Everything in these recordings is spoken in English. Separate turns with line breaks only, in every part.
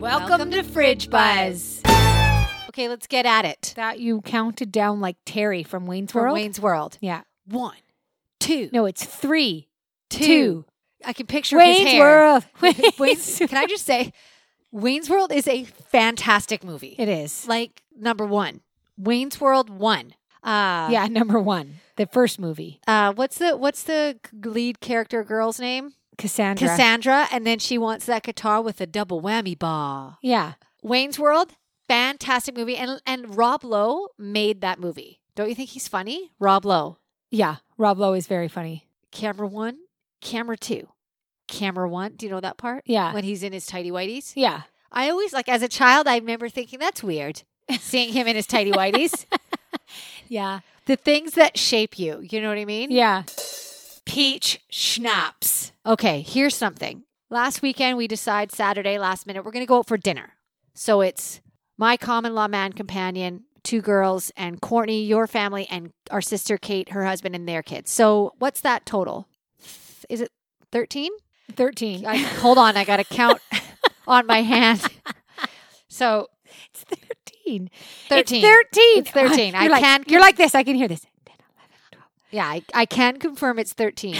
Welcome, to Fridge Buzz. Okay, let's get at it.
That you counted down like Terry from Wayne's
For
World.
Wayne's World.
yeah.
One, two,
No, it's three,
two.
two.
I can picture his
Wayne's
hair.
World.
Wayne's,
Wayne's.
can I just say, Wayne's World is a fantastic movie.
it is.
Like number one, Wayne's World one. Uh,
yeah, number one. The first movie,
Uh, what's the what's the g- lead character girl's name?
Cassandra.
Cassandra, and then she wants that guitar with a double whammy bar.
Yeah.
Wayne's World, fantastic movie, and and Rob Lowe made that movie. Don't you think he's funny? Rob Lowe,
Yeah. Rob Lowe is very funny.
camera one, camera two, camera one. Do you know that part?
Yeah.
when he's in his tidy whities.
Yeah.
I always like as a child, I remember thinking that's weird, seeing him in his tidy whities.
Yeah.
the things that shape you, you know what I mean?
Yeah.
peach schnapps. Okay, here's something. Last weekend, we decide Saturday, last minute, we're going to go out for dinner. So it's my common law man companion, two girls, and Courtney, your family, and our sister Kate, her husband, and their kids. So what's that total? Th- Is it 13?
13.
I, hold on, I got to count on my hand. So
It's
13.
13. It's 13.
It's 13. I
You're like,
can-
You're like this. I can hear this.
Yeah, I, I can confirm it's 13.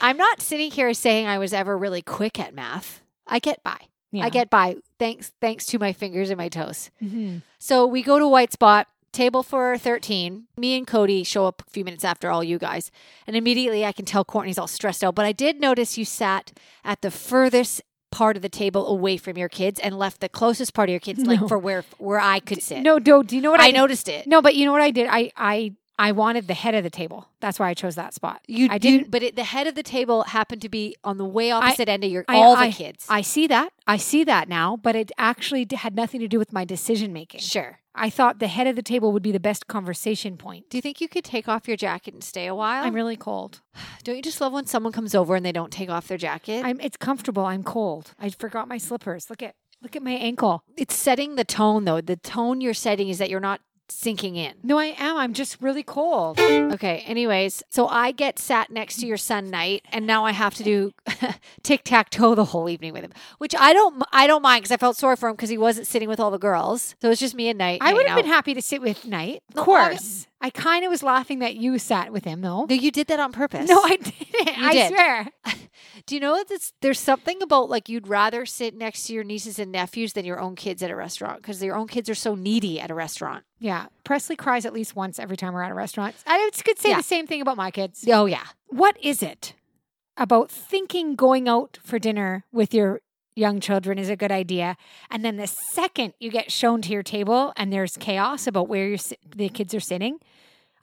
I'm not sitting here saying I was ever really quick at math. I get by.
Yeah.
I get by thanks thanks to my fingers and my toes.
Mhm.
So we go to White Spot, table for 13. Me and Cody show up a few minutes after all you guys. And immediately I can tell Courtney's all stressed out, but I did notice you sat at the furthest part of the table away from your kids and left the closest part of your kids like
No.
for where where I could sit.
No, do, do you know what I,
I
did?
noticed it.
No, but you know what I did? I I I wanted the head of the table. That's why I chose that spot.
You
I
did
didn't-
but it, the head of the table happened to be on the way opposite end of your
I-
all
I-
the kids.
I see that. I see that now, but it actually d- had nothing to do with my decision making.
sure.
I thought the head of the table would be the best conversation point.
Do you think you could take off your jacket and stay a while?
I'm really cold.
Don't you just love when someone comes over and they don't take off their jacket?
I'm it's comfortable. I'm cold. I forgot my slippers. Look at look at my ankle.
it's setting the tone though. The tone you're setting is that you're not sinking in.
No, I am. I'm just really cold.
Okay. Anyways, so I get sat next to your son night, and now I have to do tic tac toe the whole evening with him, which I don't. I don't mind because I felt sorry for him because he wasn't sitting with all the girls. So it was just me and night.
I would have been
hanging out.
happy to sit with Knight.
No,
Of
obvi-
course. I kind of was laughing that you sat with him though.
No, you did that on purpose.
No, I didn't.
You
I
did.
swear.
Do you know that it's- there's something about like you'd rather sit next to your nieces and nephews than your own kids at a restaurant because your own kids are so needy at a restaurant.
Yeah. Presley cries at least once every time we're at a restaurant. I could say
Yeah.
the same thing about my kids.
Oh yeah.
What is it about thinking going out for dinner with your young children is a good idea? And then the second you get shown to your table and there's chaos about where you're, si- the kids are sitting,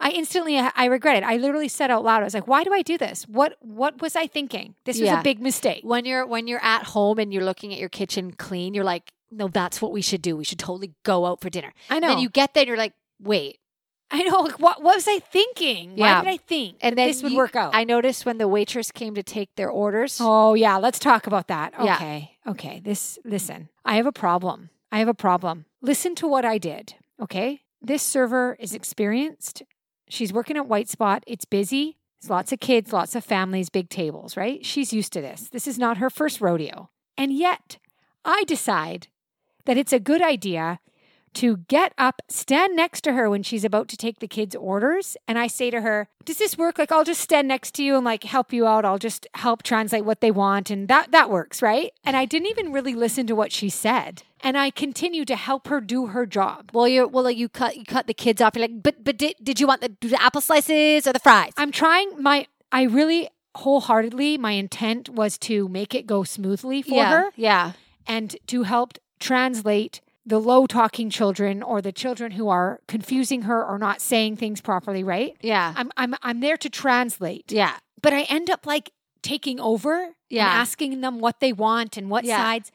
I instantly I regret it. I literally said out loud, I was like, why do I do this? What what was I thinking? This was
Yeah.
a big mistake.
when you're when you're at home and you're looking at your kitchen clean, you're like, no, that's what we should do. We should totally go out for dinner.
I
And
know.
then you get there, and you're like, wait.
I know. Like, what, what was I thinking?
Yeah.
Why did I think
And
that
then
this would
you-
work out?
I noticed when the waitress came to take their orders.
Oh yeah, let's talk about that.
Yeah.
Okay. Okay. This listen. I have a problem. I have a problem. Listen to what I did. Okay? This server is experienced. She's working at White Spot. It's busy. There's lots of kids, lots of families, big tables, right? She's used to this. This is not her first rodeo. And yet, I decide that it's a good idea to get up, stand next to her when she's about to take the kids' orders. And I say to her, Does this work? Like, I'll just stand next to you and like help you out. I'll just help translate what they want. And that, that works, right? And I didn't even really listen to what she said. And I continue to help her do her job.
Well, you're well. You cut you cut the kids off. You're like, but but did, did you want the, the apple slices or the fries?
I'm trying my, I really wholeheartedly, my intent was to make it go smoothly for
yeah,
her.
yeah,
and to help translate the low talking children or the children who are confusing her or not saying things properly, right?
yeah,
I'm I'm I'm there to translate.
yeah.
But I end up like taking over
Yeah.
and asking them what they want and what
Yeah.
sides.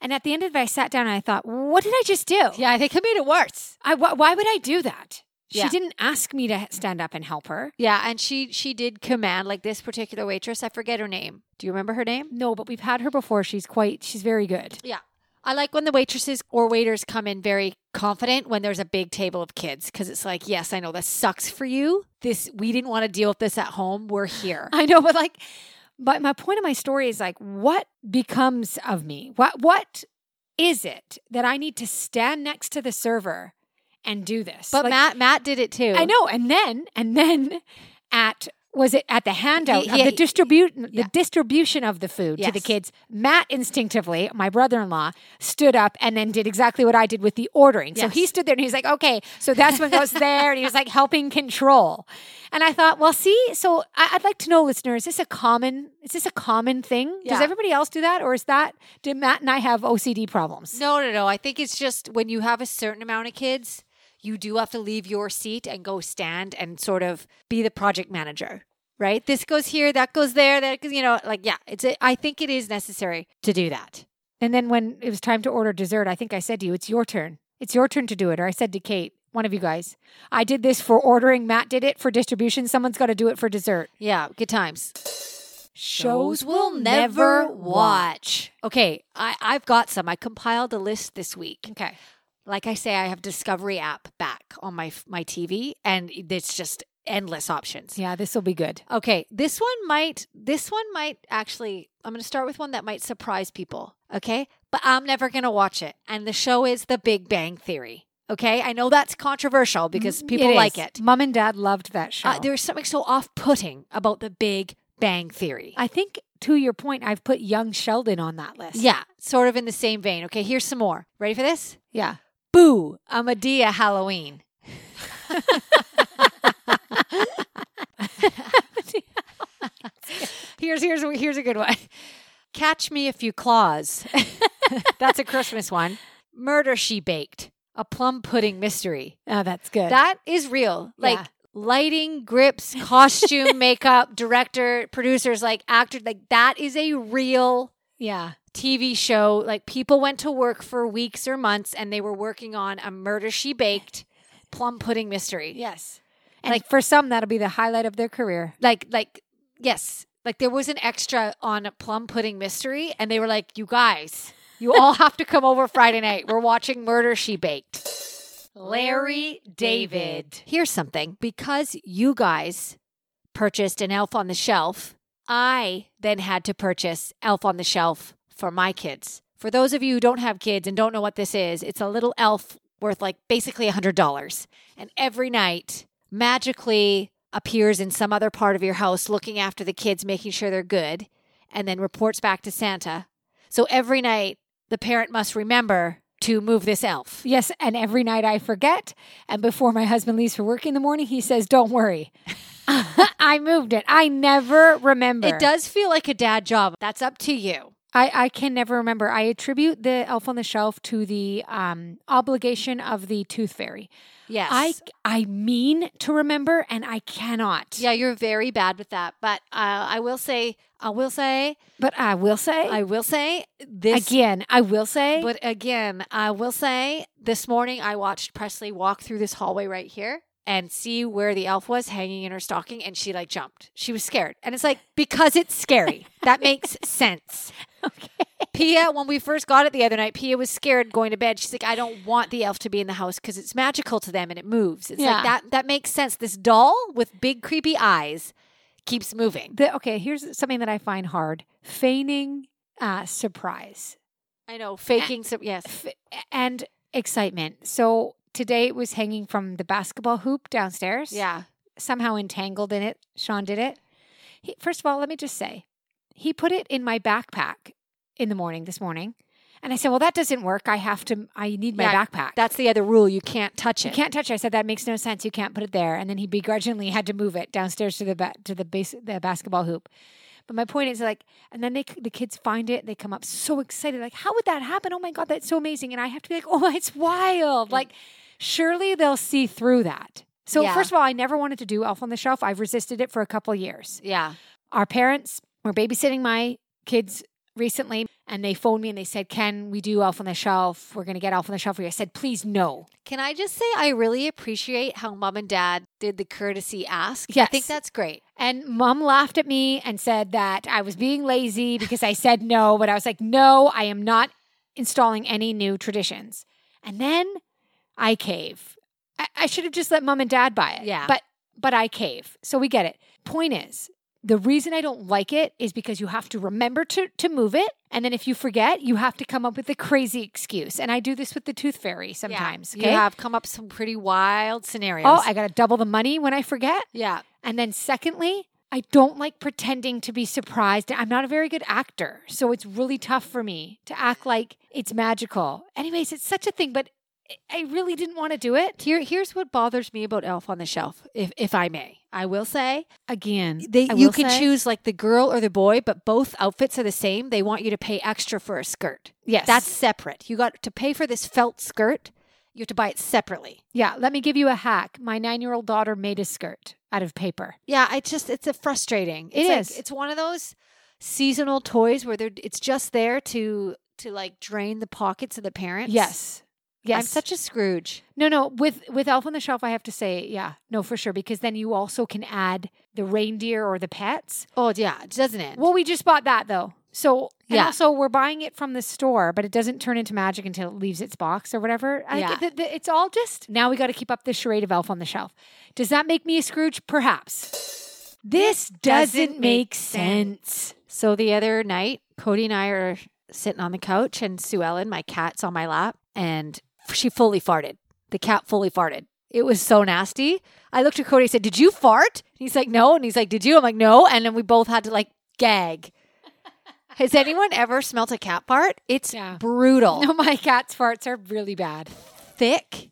And at the end of it, I sat down and I thought, what did I just do?
Yeah, I think I made it worse.
I, wh- why would I do that? She
Yeah.
didn't ask me to stand up and help her.
Yeah, and she she did command like this particular waitress. I forget her name. Do you remember her name?
No, but we've had her before. She's quite, she's very good.
Yeah. I like when the waitresses or waiters come in very confident when there's a big table of kids because it's like, yes, I know this sucks for you. This we didn't want to deal with this at home. We're here.
I know, but like, but my point of my story is like, what becomes of me? What what is it that I need to stand next to the server and do this?
But
Like,
Matt Matt did it too.
I know. And then, and then at, was it at the handout
yeah,
of the distribution,
yeah.
the distribution of the food to the
Yes.
kids? Matt instinctively, my brother-in-law, stood up and then did exactly what I did with the ordering. So he
Yes.
stood there and he's like, "Okay, so that's what goes there," and he was like helping control. And I thought, well, see, so I- I'd like to know, listener, is this a common? Is this a common thing? Does
Yeah.
everybody else do that, or is that did Matt and I have OCD problems?
No, no, no. I think it's just when you have a certain amount of kids, you do have to leave your seat and go stand and sort of be the project manager, right? This goes here, that goes there, that goes, you know, like yeah, it's a, I think it is necessary to do that.
And then when it was time to order dessert, I think I said to you, it's your turn. It's your turn to do it. Or I said to Kate, one of you guys, I did this for ordering. Matt did it for distribution. Someone's got to do it for dessert.
Yeah, good times.
Shows
we'll never watch. Okay, I I've got some. I compiled a list this week.
Okay.
like I say, I have Discovery app back on my my TV, and it's just endless options.
Yeah, this will be good.
Okay, this one might this one might actually. I'm going to start with one that might surprise people. Okay, but I'm never going to watch it. And the show is The Big Bang Theory. Okay, I know that's controversial because people like Mm, it.
Mom and dad loved that show.
Uh, there's something so off-putting about The Big Bang Theory.
I think to your point, I've put young Sheldon on that list.
yeah, sort of in the same vein. Okay, here's some more. Ready for this?
Yeah.
Boo! Amadea Halloween. here's here's here's a good one. Catch me if you claws. That's a Christmas one. Murder she baked. A plum pudding mystery.
Oh, that's good.
That is real. Like
Yeah.
lighting, grips, costume, makeup, director, producers, like actor, like that is a real
yeah.
TV show. Like people went to work for weeks or months and they were working on a murder she baked plum pudding mystery.
Yes. And like for some, that'll be the highlight of their career.
Like like yes, like there was an extra on a plum pudding mystery and they were like, "You guys, you all have to come over Friday night. We're watching Murder She Baked." Larry David. Here's something. Because you guys purchased an elf on the shelf, I then had to purchase elf on the shelf for my kids. For those of you who don't have kids and don't know what this is, it's a little elf worth like basically $100. And every night, magically appears in some other part of your house looking after the kids, making sure they're good, and then reports back to Santa. So every night, the parent must remember to move this elf.
Yes, and every night I forget. And before my husband leaves for work in the morning, he says, Don't worry. I moved it. I never remember.
It does feel like a dad job. That's up to you.
I, I can never remember. I attribute the elf on the shelf to the um, obligation of the tooth fairy.
Yes.
I, I mean to remember and I cannot.
Yeah, you're very bad with that. But uh, I will say, I will say,
But I will say,
I will say this.
again, I will say,
But again, I will say this morning I watched Presley walk through this hallway right here and see where the elf was hanging in her stocking and she like jumped. She was scared. And it's like because it's scary. that makes sense. Okay. Pia, when we first got it the other night, Pia was scared going to bed. She's like, I don't want the elf to be in the house because it's magical to them and it moves. It's
Yeah.
like that that makes sense. This doll with big creepy eyes keeps moving.
the, okay, here's something that I find hard feigning uh, surprise.
I know, faking some yes.
f- and excitement. So today it was hanging from the basketball hoop downstairs.
Yeah.
Somehow entangled in it. Sean did it. He, first of all, let me just say, he put it in my backpack in the morning this morning. And I said, well, that doesn't work. I have to, I need my
Yeah,
backpack.
That's the other rule. You can't touch it.
you can't touch it. I said, that makes no sense. You can't put it there. And then he begrudgingly had to move it downstairs to the, ba- to the base, the basketball hoop. But my point is like, and then they c- the kids find it. They come up so excited, like, how would that happen? Oh my god, that's so amazing! And I have to be like, oh, it's wild. Like, surely they'll see through that. So
Yeah.
first of all, I never wanted to do Elf on the Shelf. I've resisted it for a couple years.
Yeah.
Our parents were babysitting my kids recently, and they phoned me and they said, "Can we do Elf on the Shelf? We're going to get Elf on the Shelf." for you." I said, "Please, no."
Can I just say I really appreciate how mom and dad did the courtesy ask? I think
Yes.
that's great.
And mom laughed at me and said that I was being lazy because I said no, but I was like, no, I am not installing any new traditions. And then I cave. I, I should have just let mom and dad buy it.
Yeah.
But but I cave. So we get it. Point is, The reason I don't like it is because you have to remember to, to move it. And then if you forget, you have to come up with a crazy excuse. And I do this with the tooth fairy sometimes.
You
okay?
have come up some pretty wild scenarios.
oh, I got to double the money when I forget.
yeah.
And then secondly, I don't like pretending to be surprised. I'm not a very good actor, so it's really tough for me to act like it's magical. Anyways, it's such a thing, but I- I really didn't want to do it.
Here, here's what bothers me about Elf on the Shelf, if if I may. I will say
Again,
they,
I
you
will
can
say-
choose like the girl or the boy, but both outfits are the same. They want you to pay extra for a skirt.
Yes,
That's separate. You got to pay for this felt skirt. You have to buy it separately.
yeah. Let me give you a hack. My nine-year-old daughter made a skirt out of paper.
Yeah, I just it's a frustrating.
It
It's like-
is.
It's one of those seasonal toys where they're it's just there to to like drain the pockets of the parents.
Yes, yes.
I'm such a Scrooge.
No, no. With with Elf on the Shelf, I have to say, yeah, no, for sure, because then you also can add the reindeer or the pets.
Oh yeah, doesn't it?
Well, we just bought that though. So and
Yeah.
also we're buying it from the store, but it doesn't turn into magic until it leaves its box or whatever. I,
Yeah.
th- th- it's all just now we got to keep up the charade of Elf on the Shelf. Does that make me a Scrooge? Perhaps. This doesn't,
doesn't
make
make
sense.
So the other night, Cody and I are sitting on the couch, and Sue Ellen, my cat's on my lap, and f- she fully farted. The cat fully farted. It was so nasty. I looked at Cody. I said, "Did you fart?" And he's like, "No." And he's like, "Did you?" I'm like, "No." And then we both had to like gag. Has anyone ever smelt a cat fart? It's
Yeah.
brutal.
No, Oh, my cat's farts are really bad.
Thick,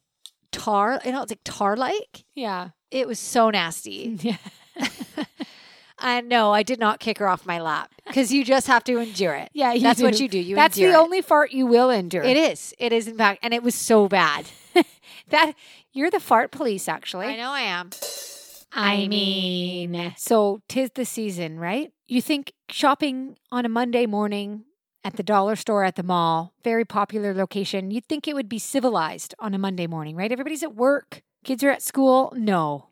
tar. You know, it's like tar like.
Yeah.
It was so nasty.
Yeah.
I know. I did not kick her off my lap because you just have to endure it.
Yeah, you
that's
do.
what you do. You
That's the
endure it.
only fart you will endure.
It is. It is in fact, and it was so bad.
That you're the fart police, actually.
I know I am.
I mean, so 'tis the season, right? You think shopping on a Monday morning at the dollar store at the mall, very popular location, you'd think it would be civilized on a Monday morning, right? Everybody's at work, kids are at school. No,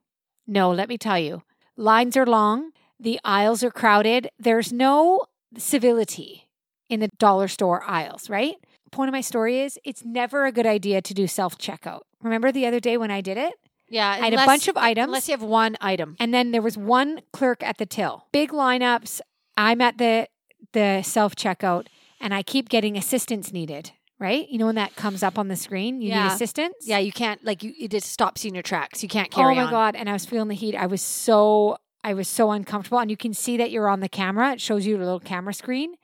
no, let me tell you. Lines are long, the aisles are crowded. There's no civility in the dollar store aisles, right? Point of my story is it's never a good idea to do self checkout. Remember the other day when I did it?
Yeah,
I had a bunch of items.
Unless you have one item.
And then there was one clerk at the till. Big lineups. I'm at the the self checkout and I keep getting assistance needed, right? You know when that comes up on the screen, you need
Yeah.
assistance?
Yeah, you can't like you. It just stops you in your tracks. You can't
Oh
carry
my
on.
god, and I was feeling the heat. I was so I was so uncomfortable and you can see that you're on the camera. It shows you a little camera screen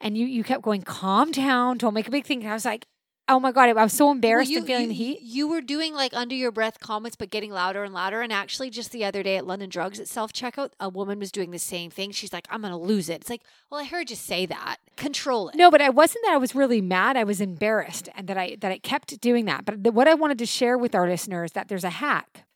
and you you kept going calm down, don't make a big thing. And I was like, "Oh my god, I was so
Well,
embarrassed
you,
and feeling
you-
the heat."
You were doing like under your breath comments, but getting louder and louder. And actually, just the other day at London Drugs at self checkout, a woman was doing the same thing. She's like, "I'm gonna lose it." It's like, well, I heard you say that. Control it.
No, but I wasn't that I was really mad. I was embarrassed and that I that I kept doing that. But the, what I wanted to share with our listeners that there's a hack.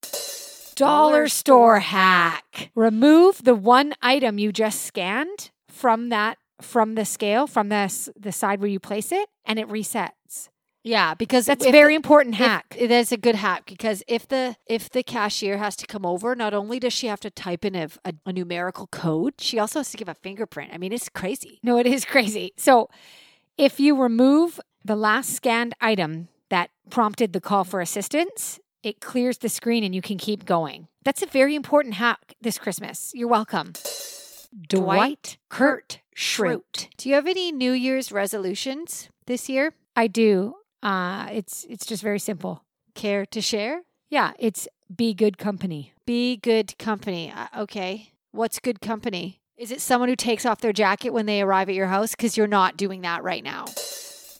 Dollar
Dollar
store hack. Remove the one item you just scanned from that from the scale from the s- the side where you place it and it resets.
Yeah, because
That's
if-
very important
if-
hack.
It is a good hack because if the if the cashier has to come over, not only does she have to type in a, a, a numerical code, she also has to give a fingerprint. I mean, it's crazy.
No, it is crazy. So if you remove the last scanned item that prompted the call for assistance, it clears the screen and you can keep going. That's a very important hack this Christmas. You're welcome. Dwight Kurt Schrute.
Do you have any New Year's resolutions this year?
I do. Uh, it's it's just very simple.
Care to share?
Yeah, it's be good company.
Be good company. Uh, okay, what's good company? Is it someone who takes off their jacket when they arrive at your house? Because you're not doing that right now.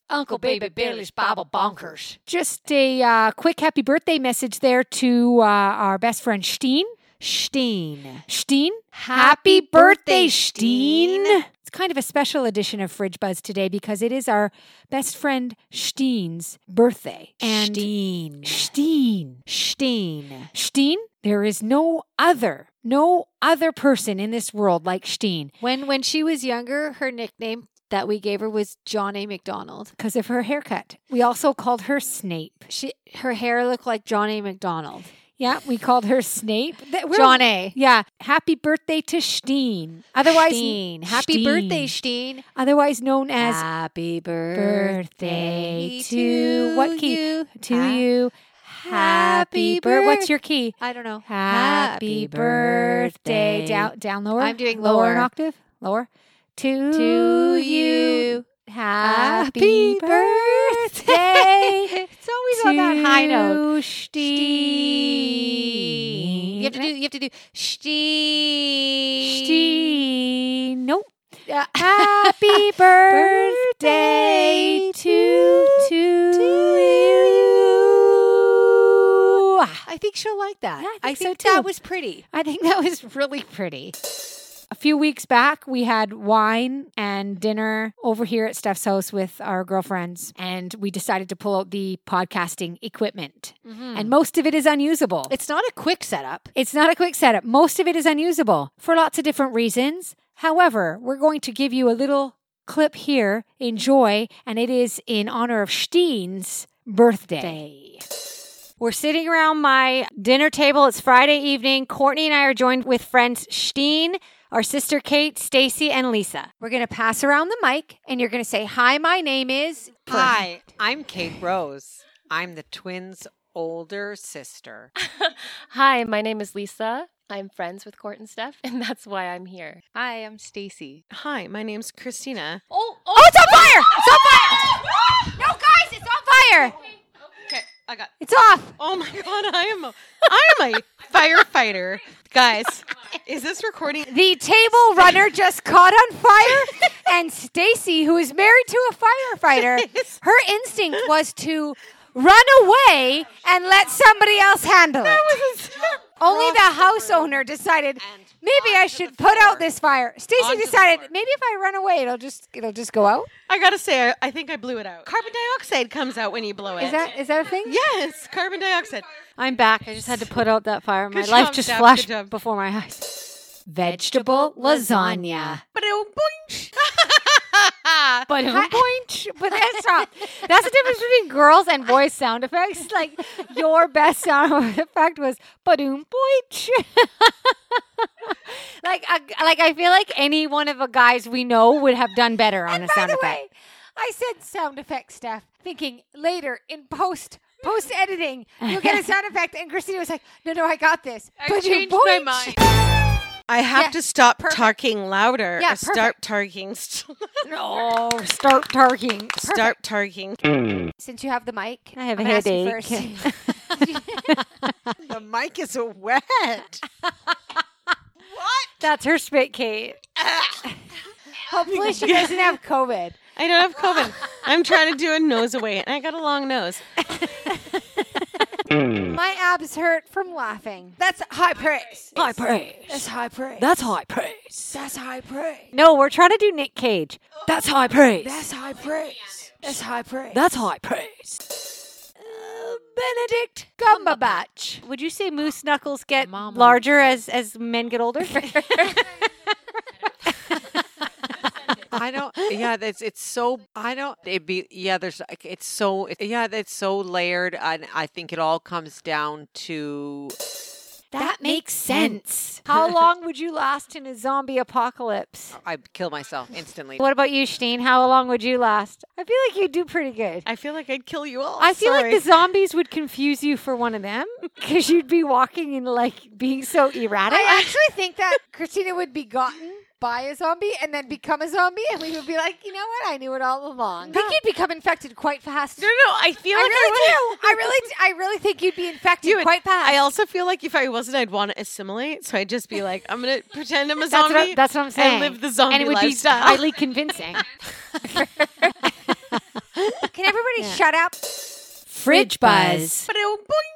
Uncle Baby Billy's Bible Bonkers.
Just a uh, quick happy birthday message there to uh, our best friend Steen.
Steen.
Steen,
Happy birthday, Steen.
It's kind of a special edition of Fridge Buzz today because it is our best friend Steen's birthday. And
Steen.
Steen.
Steen.
Steen, there is no other, no other person in this world like Steen
When when she was younger, her nickname that we gave her was John A. McDonald.
because of her haircut. We also called her Snape.
She her hair looked like John A. McDonald.
Yeah, we called her Snape. That- we're-
John A.
Yeah. Happy birthday to Steen. Otherwise,
Steen. Happy
Steen.
birthday, Steen.
otherwise known as
Happy
birthday to what key?
you.
to
Ha-
you. Happy birthday. What's your key?
I don't know.
Happy birthday. Down, down lower.
I'm doing
lower an
lower.
octave. Lower. To,
to
you.
you. Happy
Happy birthday.
It's always on that high note.
to
Steen.
Steen.
You have to do. You have to do. Steen. Ah,
Steen. Nope.
Yeah.
Happy birthday to, to, you.
I think she'll like that.
Yeah, I think so too.
that was pretty.
I think that was really pretty. A few weeks back, we had wine and dinner over here at Steph's house with our girlfriends, and we decided to pull out the podcasting equipment. And most of it is unusable.
It's not a quick setup.
It's not a quick setup. Most of it is unusable for lots of different reasons. However, we're going to give you a little clip here. Enjoy, and it is in honor of Steen's birthday.
We're sitting around my dinner table. It's Friday evening. Courtney and I are joined with friends Steen, our sister Kate, Stacy, and Lisa.
We're going to pass around the mic, and you're going to say, "Hi, my name is."
Hi, I'm Kate Rose. I'm the twins' older sister.
Hi, my name is Lisa. I'm friends with Court and Steph, and that's why I'm here. Hi, I'm Stacy.
Hi, my name's Christina.
Oh, it's on fire! It's on fire! No, guys, it's on fire!
Okay, I got.
It's off.
Oh my god, I am a, I am a firefighter, guys. Is this recording?
The table runner just caught on fire, and Stacy, who is married to a firefighter, her instinct was to run away and let somebody else handle it. Only the house owner decided
And
maybe I
onto
should
the
put out
floor.
this fire. Stacy
Onto the
decided
floor.
maybe if I run away, it'll just it'll just go out.
I gotta say, I, I think I blew it out. Carbon dioxide comes out when you blow it.
Is that is that a thing?
Yes, carbon dioxide.
I'm back. I just had to put out that fire. My
Good
life
job,
just
Steph.
flashed
Good job.
before my eyes. Vegetable lasagna.
Ba-dum, boing.
But
Hi- but that's not.
That's the difference between girls and boys sound effects. Like your best sound effect was badoom boinch. like, I, like I feel like any one of the guys we know would have done better on a
By
sound
the
effect.
way, I said sound effect stuff, thinking later in post post editing you'll get a sound effect. And Christina was like, "No, no, I got this." I
changed my mind. I have
Yeah,
to stop talking louder.
Yeah,
or start talking. Start
No, Oh, start tarking.
talking.
Since you have the mic,
I have
I'm
a
gonna ask you
headache.
first.
The mic is wet.
That's her spit, Kate.
Hopefully, she doesn't have COVID.
I don't have COVID. I'm trying to do a nose away, and I got a long nose.
My abs hurt from laughing. That's high praise.
High praise.
That's high praise.
That's high praise.
That's high praise.
No, we're trying to do Nick Cage. That's high praise.
That's high praise. That's high praise. Uh,
That's high praise. Benedict Cumberbatch. Would you say moose knuckles get larger as as men get older?
I don't. Yeah, that's it's so. I don't. It be. Yeah, there's. like, It's so. it- yeah, that's so layered, and I think it all comes down to.
that makes sense. How long would you last in a zombie apocalypse?
I kill myself instantly.
What about you, Steen? How long would you last?
I feel like you do pretty good.
I feel like I'd kill you all.
I feel
Sorry.
like the zombies would confuse you for one of them because you'd be walking and like being so erratic.
I actually think that Christina would be gotten by a zombie and then become a zombie, and we would be like, you know what? I knew it all along. I think you'd become infected quite fast.
No, no, I feel
I really
like I
do. I really, do. I really think you'd be infected
You would-
quite fast.
I also feel like if I wasn't, I'd want to assimilate. So I'd just be like, I'm gonna pretend I'm a
That's
zombie.
what, I- that's what I'm saying.
And live the zombie
And it would
lifestyle.
be highly convincing.
Can everybody shut up?
Fridge buzz.
Ba-dum, boing.